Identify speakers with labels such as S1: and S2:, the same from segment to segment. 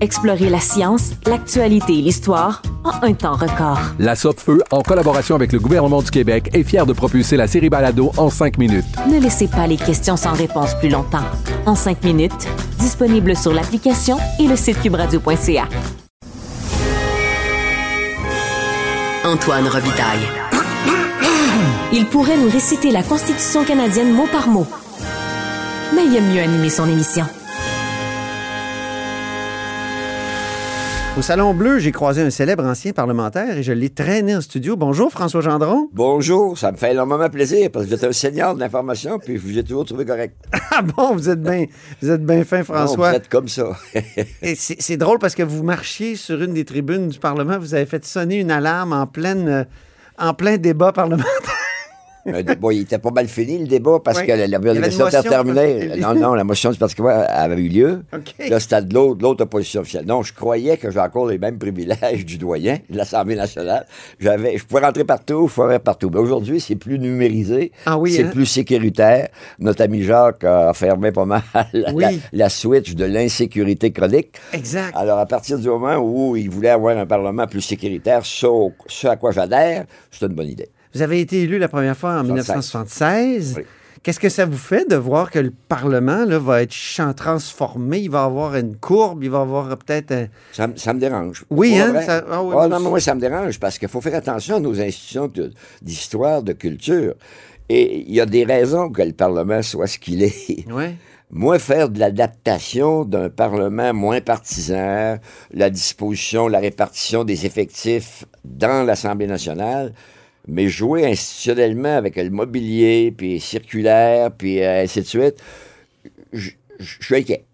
S1: Explorez la science, l'actualité et l'histoire en un temps record.
S2: La Feu, en collaboration avec le gouvernement du Québec, est fière de propulser la série Balado en cinq minutes.
S1: Ne laissez pas les questions sans réponse plus longtemps. En 5 minutes, disponible sur l'application et le site cubradio.ca.
S3: Antoine Robitaille.
S1: Il pourrait nous réciter la Constitution canadienne mot par mot. Mais il aime mieux animer son émission.
S4: Au Salon Bleu, j'ai croisé un célèbre ancien parlementaire et je l'ai traîné en studio. Bonjour, François Gendron.
S5: Bonjour, ça me fait énormément plaisir parce que vous êtes un seigneur de l'information puis je vous ai toujours trouvé correct. Ah
S4: Ah bon, vous êtes bien vous êtes bien fin,
S5: Non,
S4: François.
S5: vous êtes comme ça.
S4: Et c'est c'est drôle parce que vous marchiez sur une des tribunes du Parlement, vous avez fait sonner une alarme en pleine, euh, en plein débat parlementaire.
S5: Mais bon, il était pas mal fini le débat parce
S4: Oui.
S5: que la, la
S4: Il y avait une
S5: version
S4: motion
S5: était terminée.
S4: contre-
S5: Non, non, la motion du Parti québécois avait eu lieu.
S4: OK.
S5: Là, c'était de l'autre, l'autre opposition officielle. Non, je croyais que j'avais encore les mêmes privilèges du doyen de l'Assemblée nationale. J'avais, je pouvais rentrer partout, je pouvais aller partout. Mais aujourd'hui, c'est plus numérisé.
S4: Ah oui,
S5: c'est
S4: hein?
S5: plus sécuritaire. Notre ami Jacques a fermé pas mal la,
S4: Oui.
S5: la- la switch de l'insécurité chronique.
S4: Exact.
S5: Alors, à partir du moment où il voulait avoir un Parlement plus sécuritaire, ce, ce à quoi j'adhère, c'est une bonne idée.
S4: Vous avez été élu la première fois en 1976.
S5: Oui.
S4: Qu'est-ce que ça vous fait de voir que le Parlement là, va être champ transformé, il va avoir une courbe, il va avoir euh, peut-être... un-
S5: Ça, me- ça me dérange.
S4: Oui,
S5: Pour
S4: hein,
S5: vrai.
S4: ça- ah oui,
S5: Ah,
S4: moi
S5: non,
S4: aussi.
S5: mais moi, ça me dérange parce qu'il faut faire attention à nos institutions de- d'histoire, de culture. Et il y a des raisons que le Parlement soit ce qu'il est.
S4: Ouais.
S5: Moi, faire de l'adaptation d'un Parlement moins partisan, la disposition, la répartition des effectifs dans l'Assemblée nationale, mais jouer institutionnellement avec le mobilier, puis circulaire, puis euh, ainsi de suite, je je- je suis inquiet.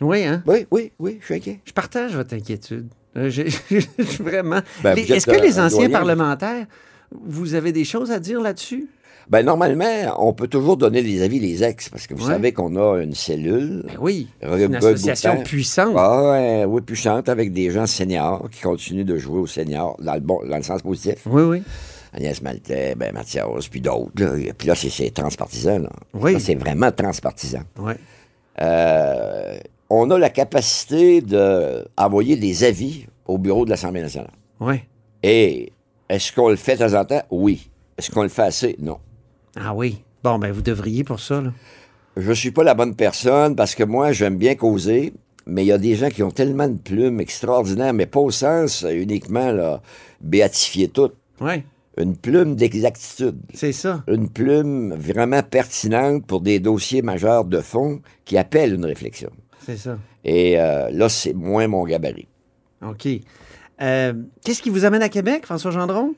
S4: Oui, hein?
S5: Oui, oui, oui, je suis inquiet.
S4: Je partage votre inquiétude. Euh, j'ai- j'ai vraiment.
S5: Ben,
S4: Les-
S5: vous êtes
S4: Est-ce que les
S5: un
S4: anciens
S5: doyen.
S4: parlementaires, vous avez des choses à dire là-dessus?
S5: Ben, normalement, on peut toujours donner des avis des ex, parce que vous
S4: Ouais.
S5: savez qu'on a une cellule.
S4: Ben oui.
S5: Re-
S4: Une association
S5: reboutant.
S4: puissante.
S5: Ah, ouais, oui, puissante, avec des gens seniors qui continuent de jouer aux seniors, dans le, bon, dans le sens positif.
S4: Oui, oui.
S5: Agnès Maltais, ben, Mathias, puis d'autres. là. Puis là, c'est- c'est transpartisan. Là.
S4: Oui.
S5: Là, c'est vraiment transpartisan.
S4: Ouais.
S5: Euh, on a la capacité d'envoyer des avis au bureau de l'Assemblée nationale.
S4: Ouais.
S5: Et est-ce qu'on le fait de temps en temps? Oui. Est-ce qu'on le fait assez? Non.
S4: Ah oui. Bon, ben vous devriez pour ça. là.
S5: Je suis pas la bonne personne parce que moi, j'aime bien causer, mais il y a des gens qui ont tellement de plumes extraordinaires, mais pas au sens euh, uniquement là, béatifier tout.
S4: Ouais.
S5: Une plume d'exactitude.
S4: C'est ça.
S5: Une plume vraiment pertinente pour des dossiers majeurs de fond qui appellent une réflexion.
S4: C'est ça.
S5: Et euh, là, c'est moins mon gabarit.
S4: OK. Euh, Qu'est-ce qui vous amène à Québec, François Gendron?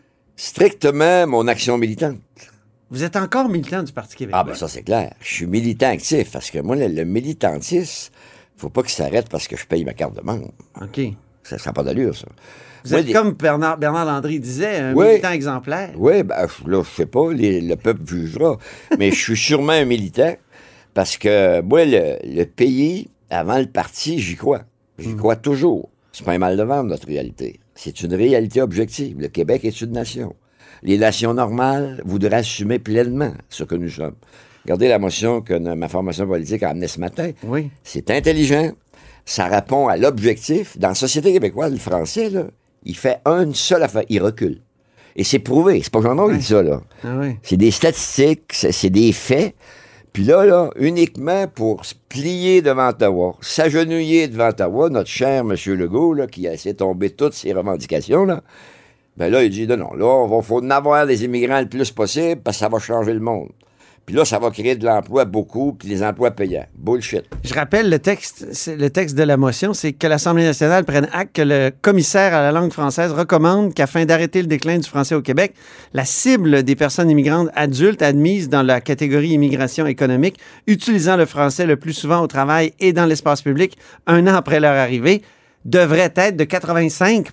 S5: Strictement, mon action militante.
S4: Ben Vous êtes encore militant du Parti québécois.
S5: Ah ben ça, c'est clair. Je suis militant actif parce que moi, le, le militantisme, faut pas que ça arrête parce que je paye ma carte de membre.
S4: OK.
S5: Ça n'a pas d'allure, ça.
S4: Vous
S5: Ah ben. Moi,
S4: êtes
S5: les-
S4: comme Bernard, Bernard Landry disait, un
S5: Oui.
S4: militant exemplaire.
S5: Oui, ben, je- là, je sais pas, les- le peuple jugera. Mais je suis sûrement un militant parce que, moi, le, le pays, avant le parti, j'y crois. J'y crois toujours. C'est pas un mal de vendre, notre réalité. C'est une réalité objective. Le Québec est une nation. Les nations normales voudraient assumer pleinement ce que nous sommes. Regardez la motion que no- ma formation politique a amenée ce matin.
S4: Oui.
S5: C'est intelligent. Ça répond à l'objectif. Dans la société québécoise, le français, là, il fait une seule affaire. Il recule. Et c'est prouvé. C'est pas jean qui dit ça, là.
S4: Ah oui.
S5: C'est des statistiques, c'est c'est des faits. Puis là, là, uniquement pour se plier devant Ottawa, s'agenouiller devant Ottawa, notre cher M. Legault, là, qui a laissé tomber toutes ses revendications, là, Ben là, il dit, non, non, là, il faut en avoir des immigrants le plus possible parce que ça va changer le monde. Puis là, ça va créer de l'emploi beaucoup, puis des emplois payants. Bullshit.
S4: Je rappelle le texte, c'est- le texte de la motion, c'est que l'Assemblée nationale prenne acte que le commissaire à la langue française recommande qu'afin d'arrêter le déclin du français au Québec, la cible des personnes immigrantes adultes admises dans la catégorie immigration économique, utilisant le français le plus souvent au travail et dans l'espace public un an après leur arrivée, devrait être de 85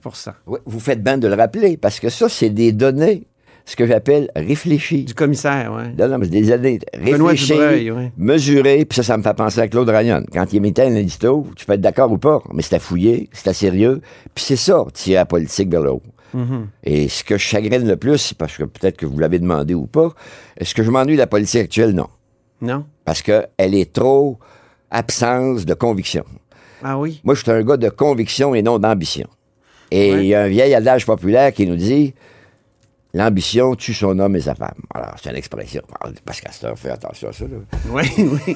S5: Oui, vous faites bien de le rappeler, parce que ça, c'est des données, ce que j'appelle réfléchies.
S4: du commissaire. Ouais.
S5: Non, non, mais c'est des années.
S4: Benoît
S5: Réfléchir,
S4: Dubreuil, ouais.
S5: mesurer, puis ça, ça me fait penser à Claude Ryan. Quand il émettait un édito, tu peux être d'accord ou pas, mais c'était fouillé, c'était sérieux, puis c'est ça, tirer la politique vers le haut.
S4: Mm-hmm.
S5: Et ce que je chagrine le plus, c'est parce que peut-être que vous l'avez demandé ou pas, est-ce que je m'ennuie de la politique actuelle? Non.
S4: Non?
S5: Parce qu'elle est trop absence de conviction.
S4: Ah oui?
S5: Moi, je suis un gars de conviction et non d'ambition. Et il
S4: Ouais.
S5: y a un vieil adage populaire qui nous dit L'ambition tue son homme et sa femme. Alors, c'est une expression. Ah, Pascal Star, fais attention à ça. là.
S4: Oui, oui.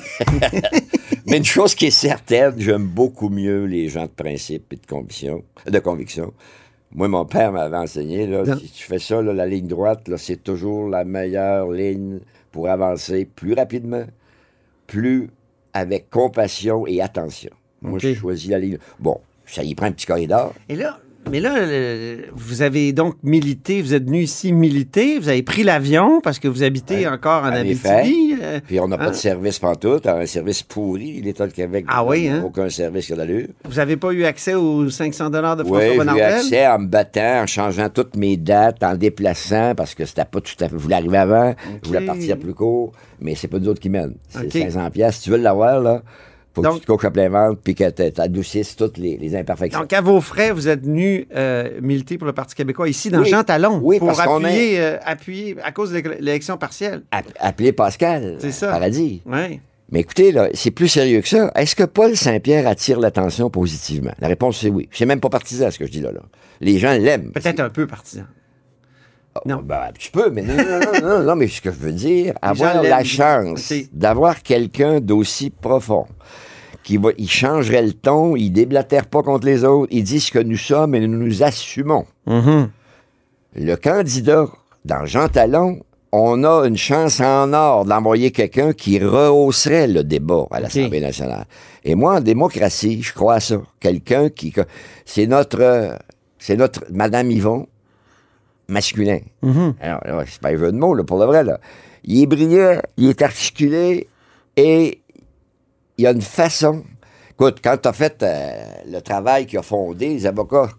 S5: Mais une chose qui est certaine, j'aime beaucoup mieux les gens de principe et de conviction. De conviction. Moi, mon père m'avait enseigné, là,
S4: Bien.
S5: si tu fais ça, là, la ligne droite, là, c'est toujours la meilleure ligne pour avancer plus rapidement, plus avec compassion et attention. Moi,
S4: Ok.
S5: je choisis la ligne. Bon, ça y prend un petit corridor.
S4: Et là, mais là, le- vous avez donc milité, vous êtes venu ici militer, vous avez pris l'avion parce que vous habitez
S5: Ouais.
S4: encore en
S5: En
S4: Abitibi. euh,
S5: Puis on n'a
S4: hein?
S5: pas de service pantoute, hein, un service pourri, l'État de Québec.
S4: Ah oui, hein?
S5: Aucun service que d'allure.
S4: Vous n'avez pas eu accès aux 500 dollars de
S5: Oui,
S4: François
S5: j'ai eu
S4: Bonnardel?
S5: accès en me battant, en changeant toutes mes dates, en déplaçant, parce que c'était pas tout à fait... Je voulais arriver avant, je voulais partir plus court, mais c'est pas nous autres qui mènent. C'est
S4: Ok.
S5: 500 pièces. Si tu veux l'avoir, là, faut
S4: Donc-
S5: que tu te coques à plein ventre, puis que tu adoucisses toutes les, les imperfections.
S4: Donc, à vos frais, vous êtes venu euh, militer pour le Parti québécois ici, dans
S5: Oui.
S4: Jean Talon,
S5: Oui,
S4: pour
S5: parce qu'on
S4: appuyer, euh, appuyer à cause de l'é- l'élection partielle.
S5: App- Appelez Pascal,
S4: C'est ça.
S5: paradis.
S4: Oui.
S5: Mais écoutez, là, c'est plus sérieux que ça. Est-ce que Paul Saint-Pierre attire l'attention positivement? La réponse, c'est oui. Je suis même pas partisan, ce que je dis là. là. Les gens l'aiment.
S4: Peut-être un peu partisan. non.
S5: Ben, tu peux, mais non, non, non, non, non, mais ce que je veux dire, avoir
S4: gens
S5: la
S4: l'aiment.
S5: chance
S4: Ok.
S5: d'avoir quelqu'un d'aussi profond, qui va, il changerait le ton, il déblatère pas contre les autres, il dit ce que nous sommes et nous nous assumons.
S4: Mm-hmm.
S5: Le candidat, dans Jean Talon, on a une chance en or d'envoyer quelqu'un qui rehausserait le débat à l'Assemblée nationale. Et moi, en démocratie, je crois à ça. Quelqu'un qui... C'est notre... euh, C'est notre Madame Yvon masculin. Alors, là, c'est pas un jeu de mots, là, pour le vrai. Là. Il est brillant, il est articulé et il a une façon. Écoute, quand tu as fait euh, le travail qui a fondé les avocats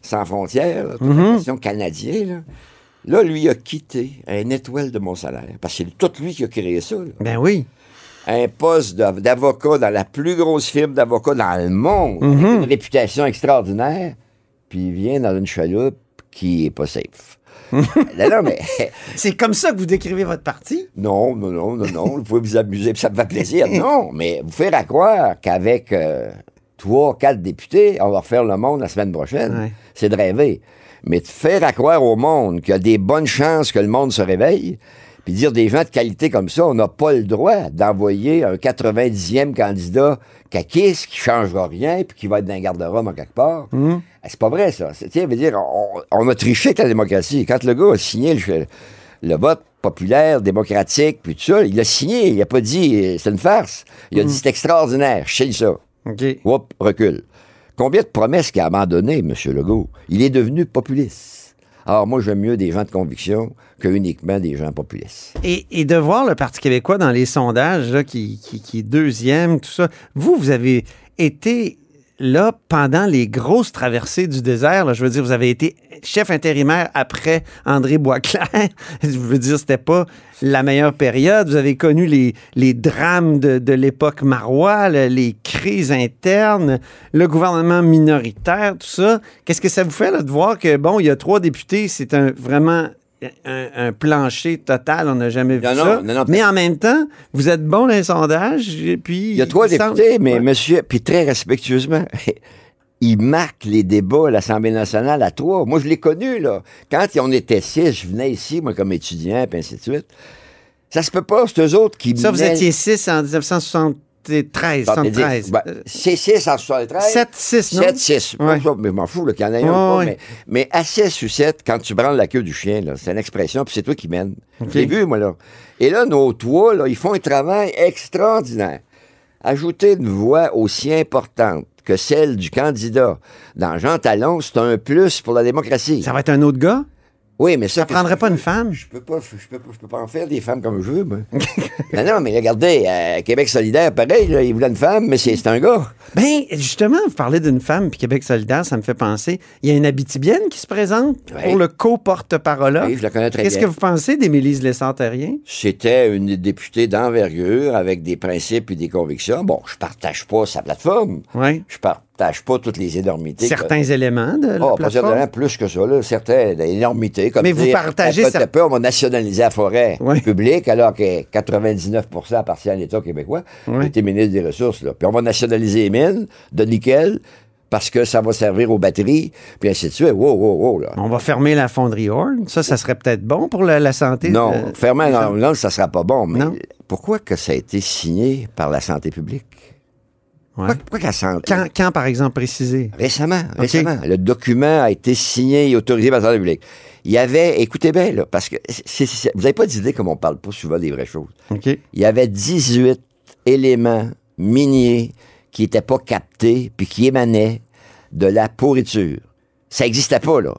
S5: sans frontières, là, toute la question canadienne, là, là, lui il a quitté une étoile de mon salaire. Parce que c'est tout lui qui a créé ça. là.
S4: Ben oui.
S5: Un poste d'av- d'avocat dans la plus grosse firme d'avocats dans le monde, avec une réputation extraordinaire, puis il vient dans une chaloupe qui est pas safe. non, non, mais
S4: C'est comme ça que vous décrivez votre parti?
S5: non, non, non, non, non, vous pouvez vous amuser, puis ça me fait plaisir. Non, mais vous faire à croire qu'avec euh, trois, quatre députés, on va refaire le monde la semaine prochaine,
S4: Ouais.
S5: c'est de rêver. Mais de faire à croire au monde qu'il y a des bonnes chances que le monde se réveille, puis dire des gens de qualité comme ça, on n'a pas le droit d'envoyer un 90e candidat caquiste qui changera rien puis qui va être dans un garde-robe en quelque part. Ah, C'est pas vrai, ça. C'est- tu sais, je veux dire, on, on a triché avec la démocratie. Quand le gars a signé le, le vote populaire, démocratique, puis tout ça, il l'a signé. Il n'a pas dit euh, c'est une farce. Il
S4: Mm.
S5: a dit c'est extraordinaire, je signe ça.
S4: OK.
S5: Hop, recul. Combien de promesses qu'il a abandonnées, M. Legault? Il est devenu populiste. Alors, moi, j'aime mieux des gens de conviction que uniquement des gens populistes.
S4: Et, et de voir le Parti québécois dans les sondages, là, qui, qui- qui est deuxième, tout ça. Vous, vous avez été là pendant les grosses traversées du désert. là. Je veux dire, vous avez été chef intérimaire après André Boisclair. Je veux dire, c'était pas la meilleure période. Vous avez connu les, les drames de, de l'époque marois, le- les crises internes, le gouvernement minoritaire, tout ça. Qu'est-ce que ça vous fait là, de voir que, bon, il y a trois députés, c'est un vraiment un, un plancher total, on n'a jamais vu
S5: Non, non,
S4: ça.
S5: non, non,
S4: mais en même temps, vous êtes bon dans les sondages, et puis...
S5: Il y a trois
S4: semble-
S5: députés, mais
S4: Ouais.
S5: monsieur, puis très respectueusement, il marque les débats à l'Assemblée nationale à trois. Moi, je l'ai connu, là. Quand on était six, je venais ici, moi, comme étudiant, puis ainsi de suite. Ça se peut pas, c'est eux autres qui
S4: Ça, vous
S5: menaient-
S4: étiez six en 1973. 73,
S5: Bon, mais dis-
S4: 73.
S5: ben, c'est 6 en 73.
S4: 7, 6, non?
S5: 7, 6.
S4: Euh, Ouais.
S5: Mais je m'en fous, le canadien
S4: Ouais,
S5: ou pas,
S4: ouais.
S5: mais, mais à 6 ou 7, quand tu branles la queue du chien, là, c'est une expression, puis c'est toi qui mène. Je l'ai vu, moi, là. Et là, nos toits, là, ils font un travail extraordinaire. Ajouter une voix aussi importante que celle du candidat dans Jean Talon, c'est un plus pour la démocratie.
S4: Ça va être un autre gars?
S5: Oui, mais ça...
S4: Ça prendrait pas une femme?
S5: Je peux pas, je peux pas, je peux pas en faire des femmes comme je veux, moi. non, non, mais regardez, euh, Québec solidaire, pareil, là, il voulait une femme, mais c'est c'est un gars.
S4: Ben, justement, vous parlez d'une femme, puis Québec solidaire, ça me fait penser. Il y a une Abitibienne qui se présente
S5: Oui.
S4: pour le co-porte-parole.
S5: Oui, je la connais très
S4: Ah. Qu'est-ce que
S5: bien.
S4: vous pensez d'Émilise Lessantérien?
S5: C'était une députée d'envergure avec des principes et des convictions. Bon, je partage pas sa plateforme.
S4: Oui.
S5: Je partage pas toutes les énormités. que-
S4: Certains éléments de la
S5: Oh, pas
S4: plateforme.
S5: certainement plus que ça, là. Certaines énormités. Comme
S4: Mais vous
S5: dire,
S4: partagez
S5: à peu
S4: cer-
S5: à peu, on va nationaliser la forêt
S4: Ouais.
S5: publique, alors que 99 appartient à l'État québécois.
S4: Ouais.
S5: J'étais ministre des Ressources, là. Puis on va nationaliser les mines de nickel parce que ça va servir aux batteries, puis ainsi de suite. Wow, wow, wow, là.
S4: On va fermer la fonderie Horn. Ça, ça serait peut-être bon pour la, la santé.
S5: Non,
S4: euh,
S5: fermer un ambulance, ça sera pas bon. Mais
S4: Non.
S5: pourquoi que ça a été signé par la santé publique?
S4: ouais.
S5: Pourquoi, pourquoi que la santé...
S4: Quand, quand, par exemple, préciser?
S5: Récemment, récemment. Le document a été signé et autorisé par la santé publique. Il y avait, écoutez bien, là, parce que c'est- c'est- vous n'avez pas d'idée comme on parle pas souvent des vraies choses.
S4: OK.
S5: Il y avait 18 éléments miniers qui n'étaient pas captés puis qui émanaient de la pourriture. Ça n'existait pas, là.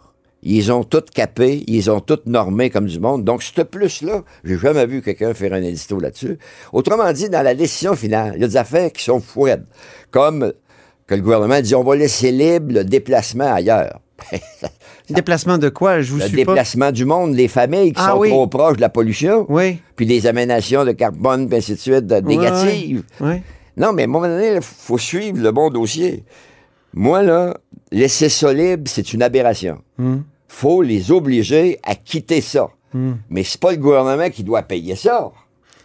S5: Ils ont tout capé, ils ont tout normé comme du monde. Donc, ce plus-là, j'ai jamais vu quelqu'un faire un édito là-dessus. Autrement dit, dans la décision finale, il y a des affaires qui sont fouettes, comme que le gouvernement dit on va laisser libre le déplacement ailleurs.
S4: Déplacement de quoi? Je vous
S5: le
S4: suis pas.
S5: déplacement du monde, les familles qui
S4: Ah
S5: sont
S4: oui.
S5: trop proches de la pollution,
S4: Oui.
S5: puis des aménations de carbone, puis ainsi de suite, de-
S4: Ouais,
S5: négatives.
S4: ouais, ouais.
S5: Non, mais à un moment donné, il faut suivre le bon dossier. Moi, là, laisser ça libre, c'est une aberration.
S4: Hmm.
S5: faut les obliger à quitter ça. Mais c'est pas le gouvernement qui doit payer ça.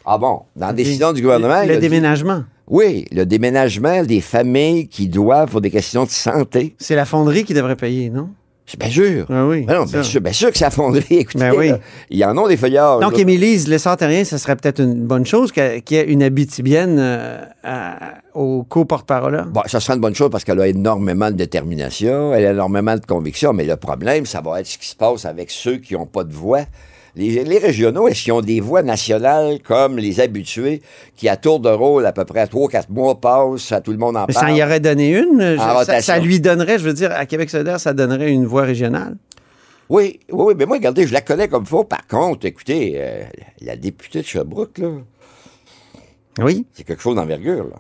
S5: Ah bon, dans la décision du gouvernement... il
S4: Le
S5: a dit-
S4: déménagement.
S5: Oui, le déménagement des familles qui doivent, pour des questions de santé,
S4: C'est la fonderie qui devrait payer, non?
S5: c'est bien sûr.
S4: Ah oui,
S5: Ben non,
S4: ça.
S5: bien sûr, bien sûr que ça fonderie, écoutez.
S4: Ben oui.
S5: là, Il y en a des feuillards.
S4: Donc,
S5: là.
S4: Émilise Lessantérien, ça serait peut-être une bonne chose que- qu'il y ait une Abitibienne euh, à- au co-porte-parole.
S5: Bon, ça sera une bonne chose parce qu'elle a énormément de détermination, elle a énormément de conviction, mais le problème, ça va être ce qui se passe avec ceux qui n'ont pas de voix. Les, les régionaux, est-ce qu'ils ont des voix nationales comme les habitués qui, à tour de rôle, à peu près à 3-4 mois, passent, à tout le monde en
S4: Mais ça
S5: parle?
S4: en y aurait donné une. euh, je- ça- ça,
S5: rotation.
S4: lui donnerait, je veux dire, à Québec solidaire, ça donnerait une voie régionale.
S5: Oui, oui, oui, mais moi, regardez, je la connais comme faux. Par contre, écoutez, euh, la députée de Sherbrooke, là,
S4: Oui.
S5: c'est quelque chose d'envergure, là.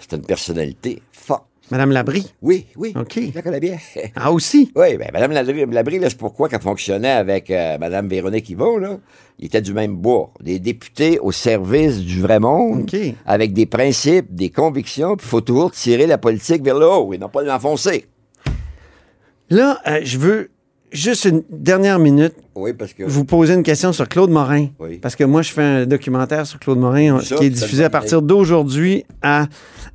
S5: C'est une personnalité forte.
S4: Madame Labrie.
S5: Oui, oui.
S4: OK.
S5: Je la connais bien.
S4: Ah, aussi.
S5: Oui, ben, Mme Labrie, Labrie, là, c'est pourquoi qu'elle fonctionnait avec euh, Madame Mme Véronique Yvon, là. Ils étaient du même bois. Des députés au service du vrai monde,
S4: OK.
S5: avec des principes, des convictions, puis il faut toujours tirer la politique vers le haut et non pas l'enfoncer.
S4: Là, euh, je veux juste une dernière minute
S5: Oui, parce que...
S4: vous poser une question sur Claude Morin.
S5: Oui.
S4: Parce que moi, je fais un documentaire sur Claude Morin on-
S5: Ça,
S4: qui est
S5: c'est
S4: diffusé à
S5: une bonne
S4: partir d'aujourd'hui à,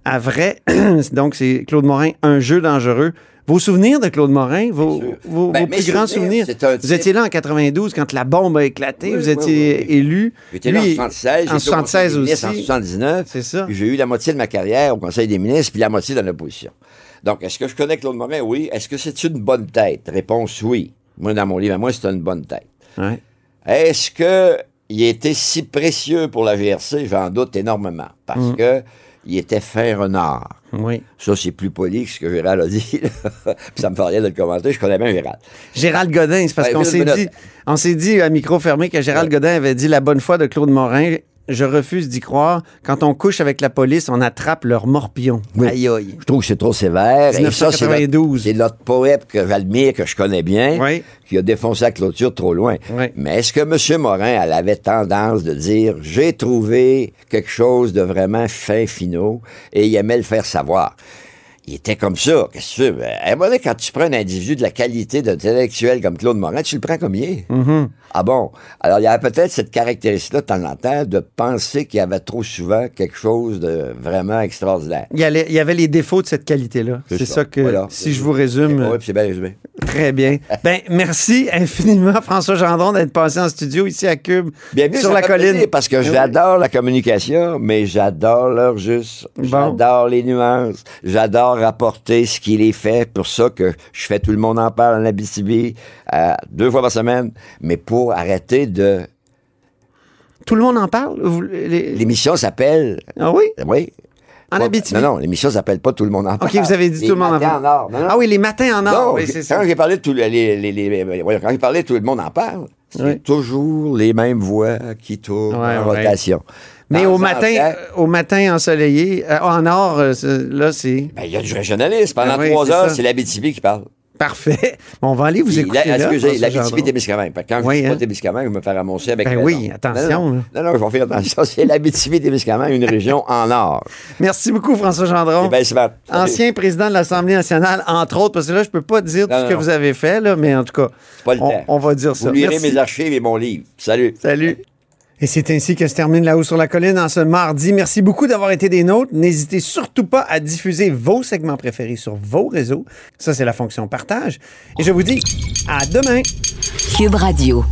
S4: à vrai. Donc, c'est Claude Morin, un jeu dangereux. Vos souvenirs de Claude Morin, vos,
S5: Bien sûr.
S4: vos-
S5: Ben,
S4: vos
S5: mes
S4: plus grands souvenirs.
S5: souvenirs, c'est un
S4: Vous étiez là en 92 quand la bombe a éclaté,
S5: Oui,
S4: vous
S5: oui,
S4: étiez
S5: oui, oui.
S4: élu.
S5: J'étais
S4: Lui,
S5: là en 76,
S4: en
S5: j'étais au Conseil
S4: 76
S5: des ministres En
S4: aussi.
S5: 79.
S4: C'est ça.
S5: Puis J'ai eu la moitié de ma carrière au Conseil des ministres, puis la moitié dans l'opposition. Donc, est-ce que je connais Claude Morin? Oui. Est-ce que c'est une bonne tête? Réponse oui. Moi, dans mon livre, à moi, c'est une bonne tête.
S4: Ouais.
S5: Est-ce que il était si précieux pour la GRC? J'en doute énormément. Parce que il était fin renard.
S4: Oui.
S5: Ça, c'est plus poli que ce que Gérald a dit. là. Puis ça me fait rien de le commenter. Je connais bien Gérald.
S4: Gérald Godin, c'est parce
S5: Ouais,
S4: qu'on
S5: une
S4: s'est
S5: minute.
S4: dit, on s'est dit à micro fermé que Gérald Godin avait dit la bonne foi de Claude Morin. Je refuse d'y croire. Quand on couche avec la police, on attrape leur morpion.
S5: Oui.
S4: Aïe aïe.
S5: Je trouve que c'est trop sévère. Et ça, c'est notre-
S4: 1992.
S5: C'est notre poète que Valmire, que je connais bien,
S4: Oui.
S5: qui a défoncé la clôture trop loin.
S4: Oui.
S5: Mais est-ce que M. Morin, elle avait tendance de dire j'ai trouvé quelque chose de vraiment fin finaux et il aimait le faire savoir? Il était comme ça. Qu'est-ce que tu veux? Ben, à un moment donné, quand tu prends un individu de la qualité d'un intellectuel comme Claude Morin, tu le prends comme il est.
S4: Mm-hmm.
S5: Ah bon? Alors, il y a peut-être cette caractéristique-là, de temps en temps, de penser qu'il y avait trop souvent quelque chose de vraiment extraordinaire.
S4: Il y, allait- il y avait les défauts de cette qualité-là. C'est ça. que,
S5: Voilà.
S4: si je vous résume,
S5: Ouais, puis c'est bien résumé.
S4: très bien. Ben, merci infiniment, François Gendron, d'être passé en studio ici à Cube,
S5: Bienvenue
S4: sur
S5: ça
S4: la
S5: m'a
S4: colline.
S5: plaisir, parce que
S4: Eh oui.
S5: j'adore la communication, mais j'adore l'heure juste.
S4: Bon.
S5: J'adore les nuances. J'adore rapporter ce qu'il est fait. Pour ça que je fais Tout le monde en parle en Abitibi euh, deux fois par semaine. Mais pour arrêter de...
S4: Tout le monde en parle? Vous- les-
S5: L'émission s'appelle...
S4: Ah oui?
S5: Oui.
S4: En
S5: Pas-
S4: Abitibi?
S5: Non, non, l'émission s'appelle pas Tout le monde en parle.
S4: OK, vous avez dit
S5: Les
S4: tout le monde en
S5: matins
S4: parle.
S5: or. Non, non.
S4: Ah oui, les matins en or.
S5: Non,
S4: oui,
S5: j'ai-
S4: c'est ça.
S5: quand j'ai parlé de tout le, les- les- les- les- voyons, quand j'ai parlé de tout le monde en parle, c'est
S4: Oui.
S5: toujours les mêmes voix qui tournent
S4: Ouais,
S5: en
S4: ouais.
S5: rotation.
S4: Mais
S5: Dans
S4: au
S5: un
S4: matin,
S5: temps,
S4: euh, au matin ensoleillé, euh, en or, euh, c'est- là, c'est
S5: Ben, Il y a du régionalisme. Pendant
S4: Ah oui,
S5: trois
S4: c'est
S5: heures,
S4: ça.
S5: c'est l'Abitibi qui parle.
S4: parfait. Bon, on va aller vous
S5: Puis
S4: écouter.
S5: la-
S4: là,
S5: excusez,
S4: François
S5: l'Abitibi
S4: Gendron.
S5: Témiscamingue. Fait que Quand
S4: Oui,
S5: je dis
S4: hein.
S5: pas Témiscamingue, je me faire ramoncer avec
S4: Ben
S5: raison.
S4: oui, attention,
S5: Non,
S4: là.
S5: non, non, non, je vais faire attention. C'est l'Abitibi Témiscamingue, une région en or.
S4: Merci beaucoup, François
S5: Eh
S4: Gendron.
S5: ben, c'est bon.
S4: Ancien président de l'Assemblée nationale, entre autres, parce que là, je peux pas dire
S5: Non,
S4: tout
S5: non,
S4: ce que
S5: non.
S4: vous avez fait, là, mais en tout cas,
S5: Pas le
S4: on,
S5: temps.
S4: on va dire
S5: Vous
S4: ça.
S5: lirez
S4: Merci.
S5: mes archives et mon livre. Salut.
S4: Salut. Et c'est ainsi que se termine La Haut sur la Colline en ce mardi. Merci beaucoup d'avoir été des nôtres. N'hésitez surtout pas à diffuser vos segments préférés sur vos réseaux. Ça, c'est la fonction partage. Et je vous dis à demain.
S3: Cube Radio.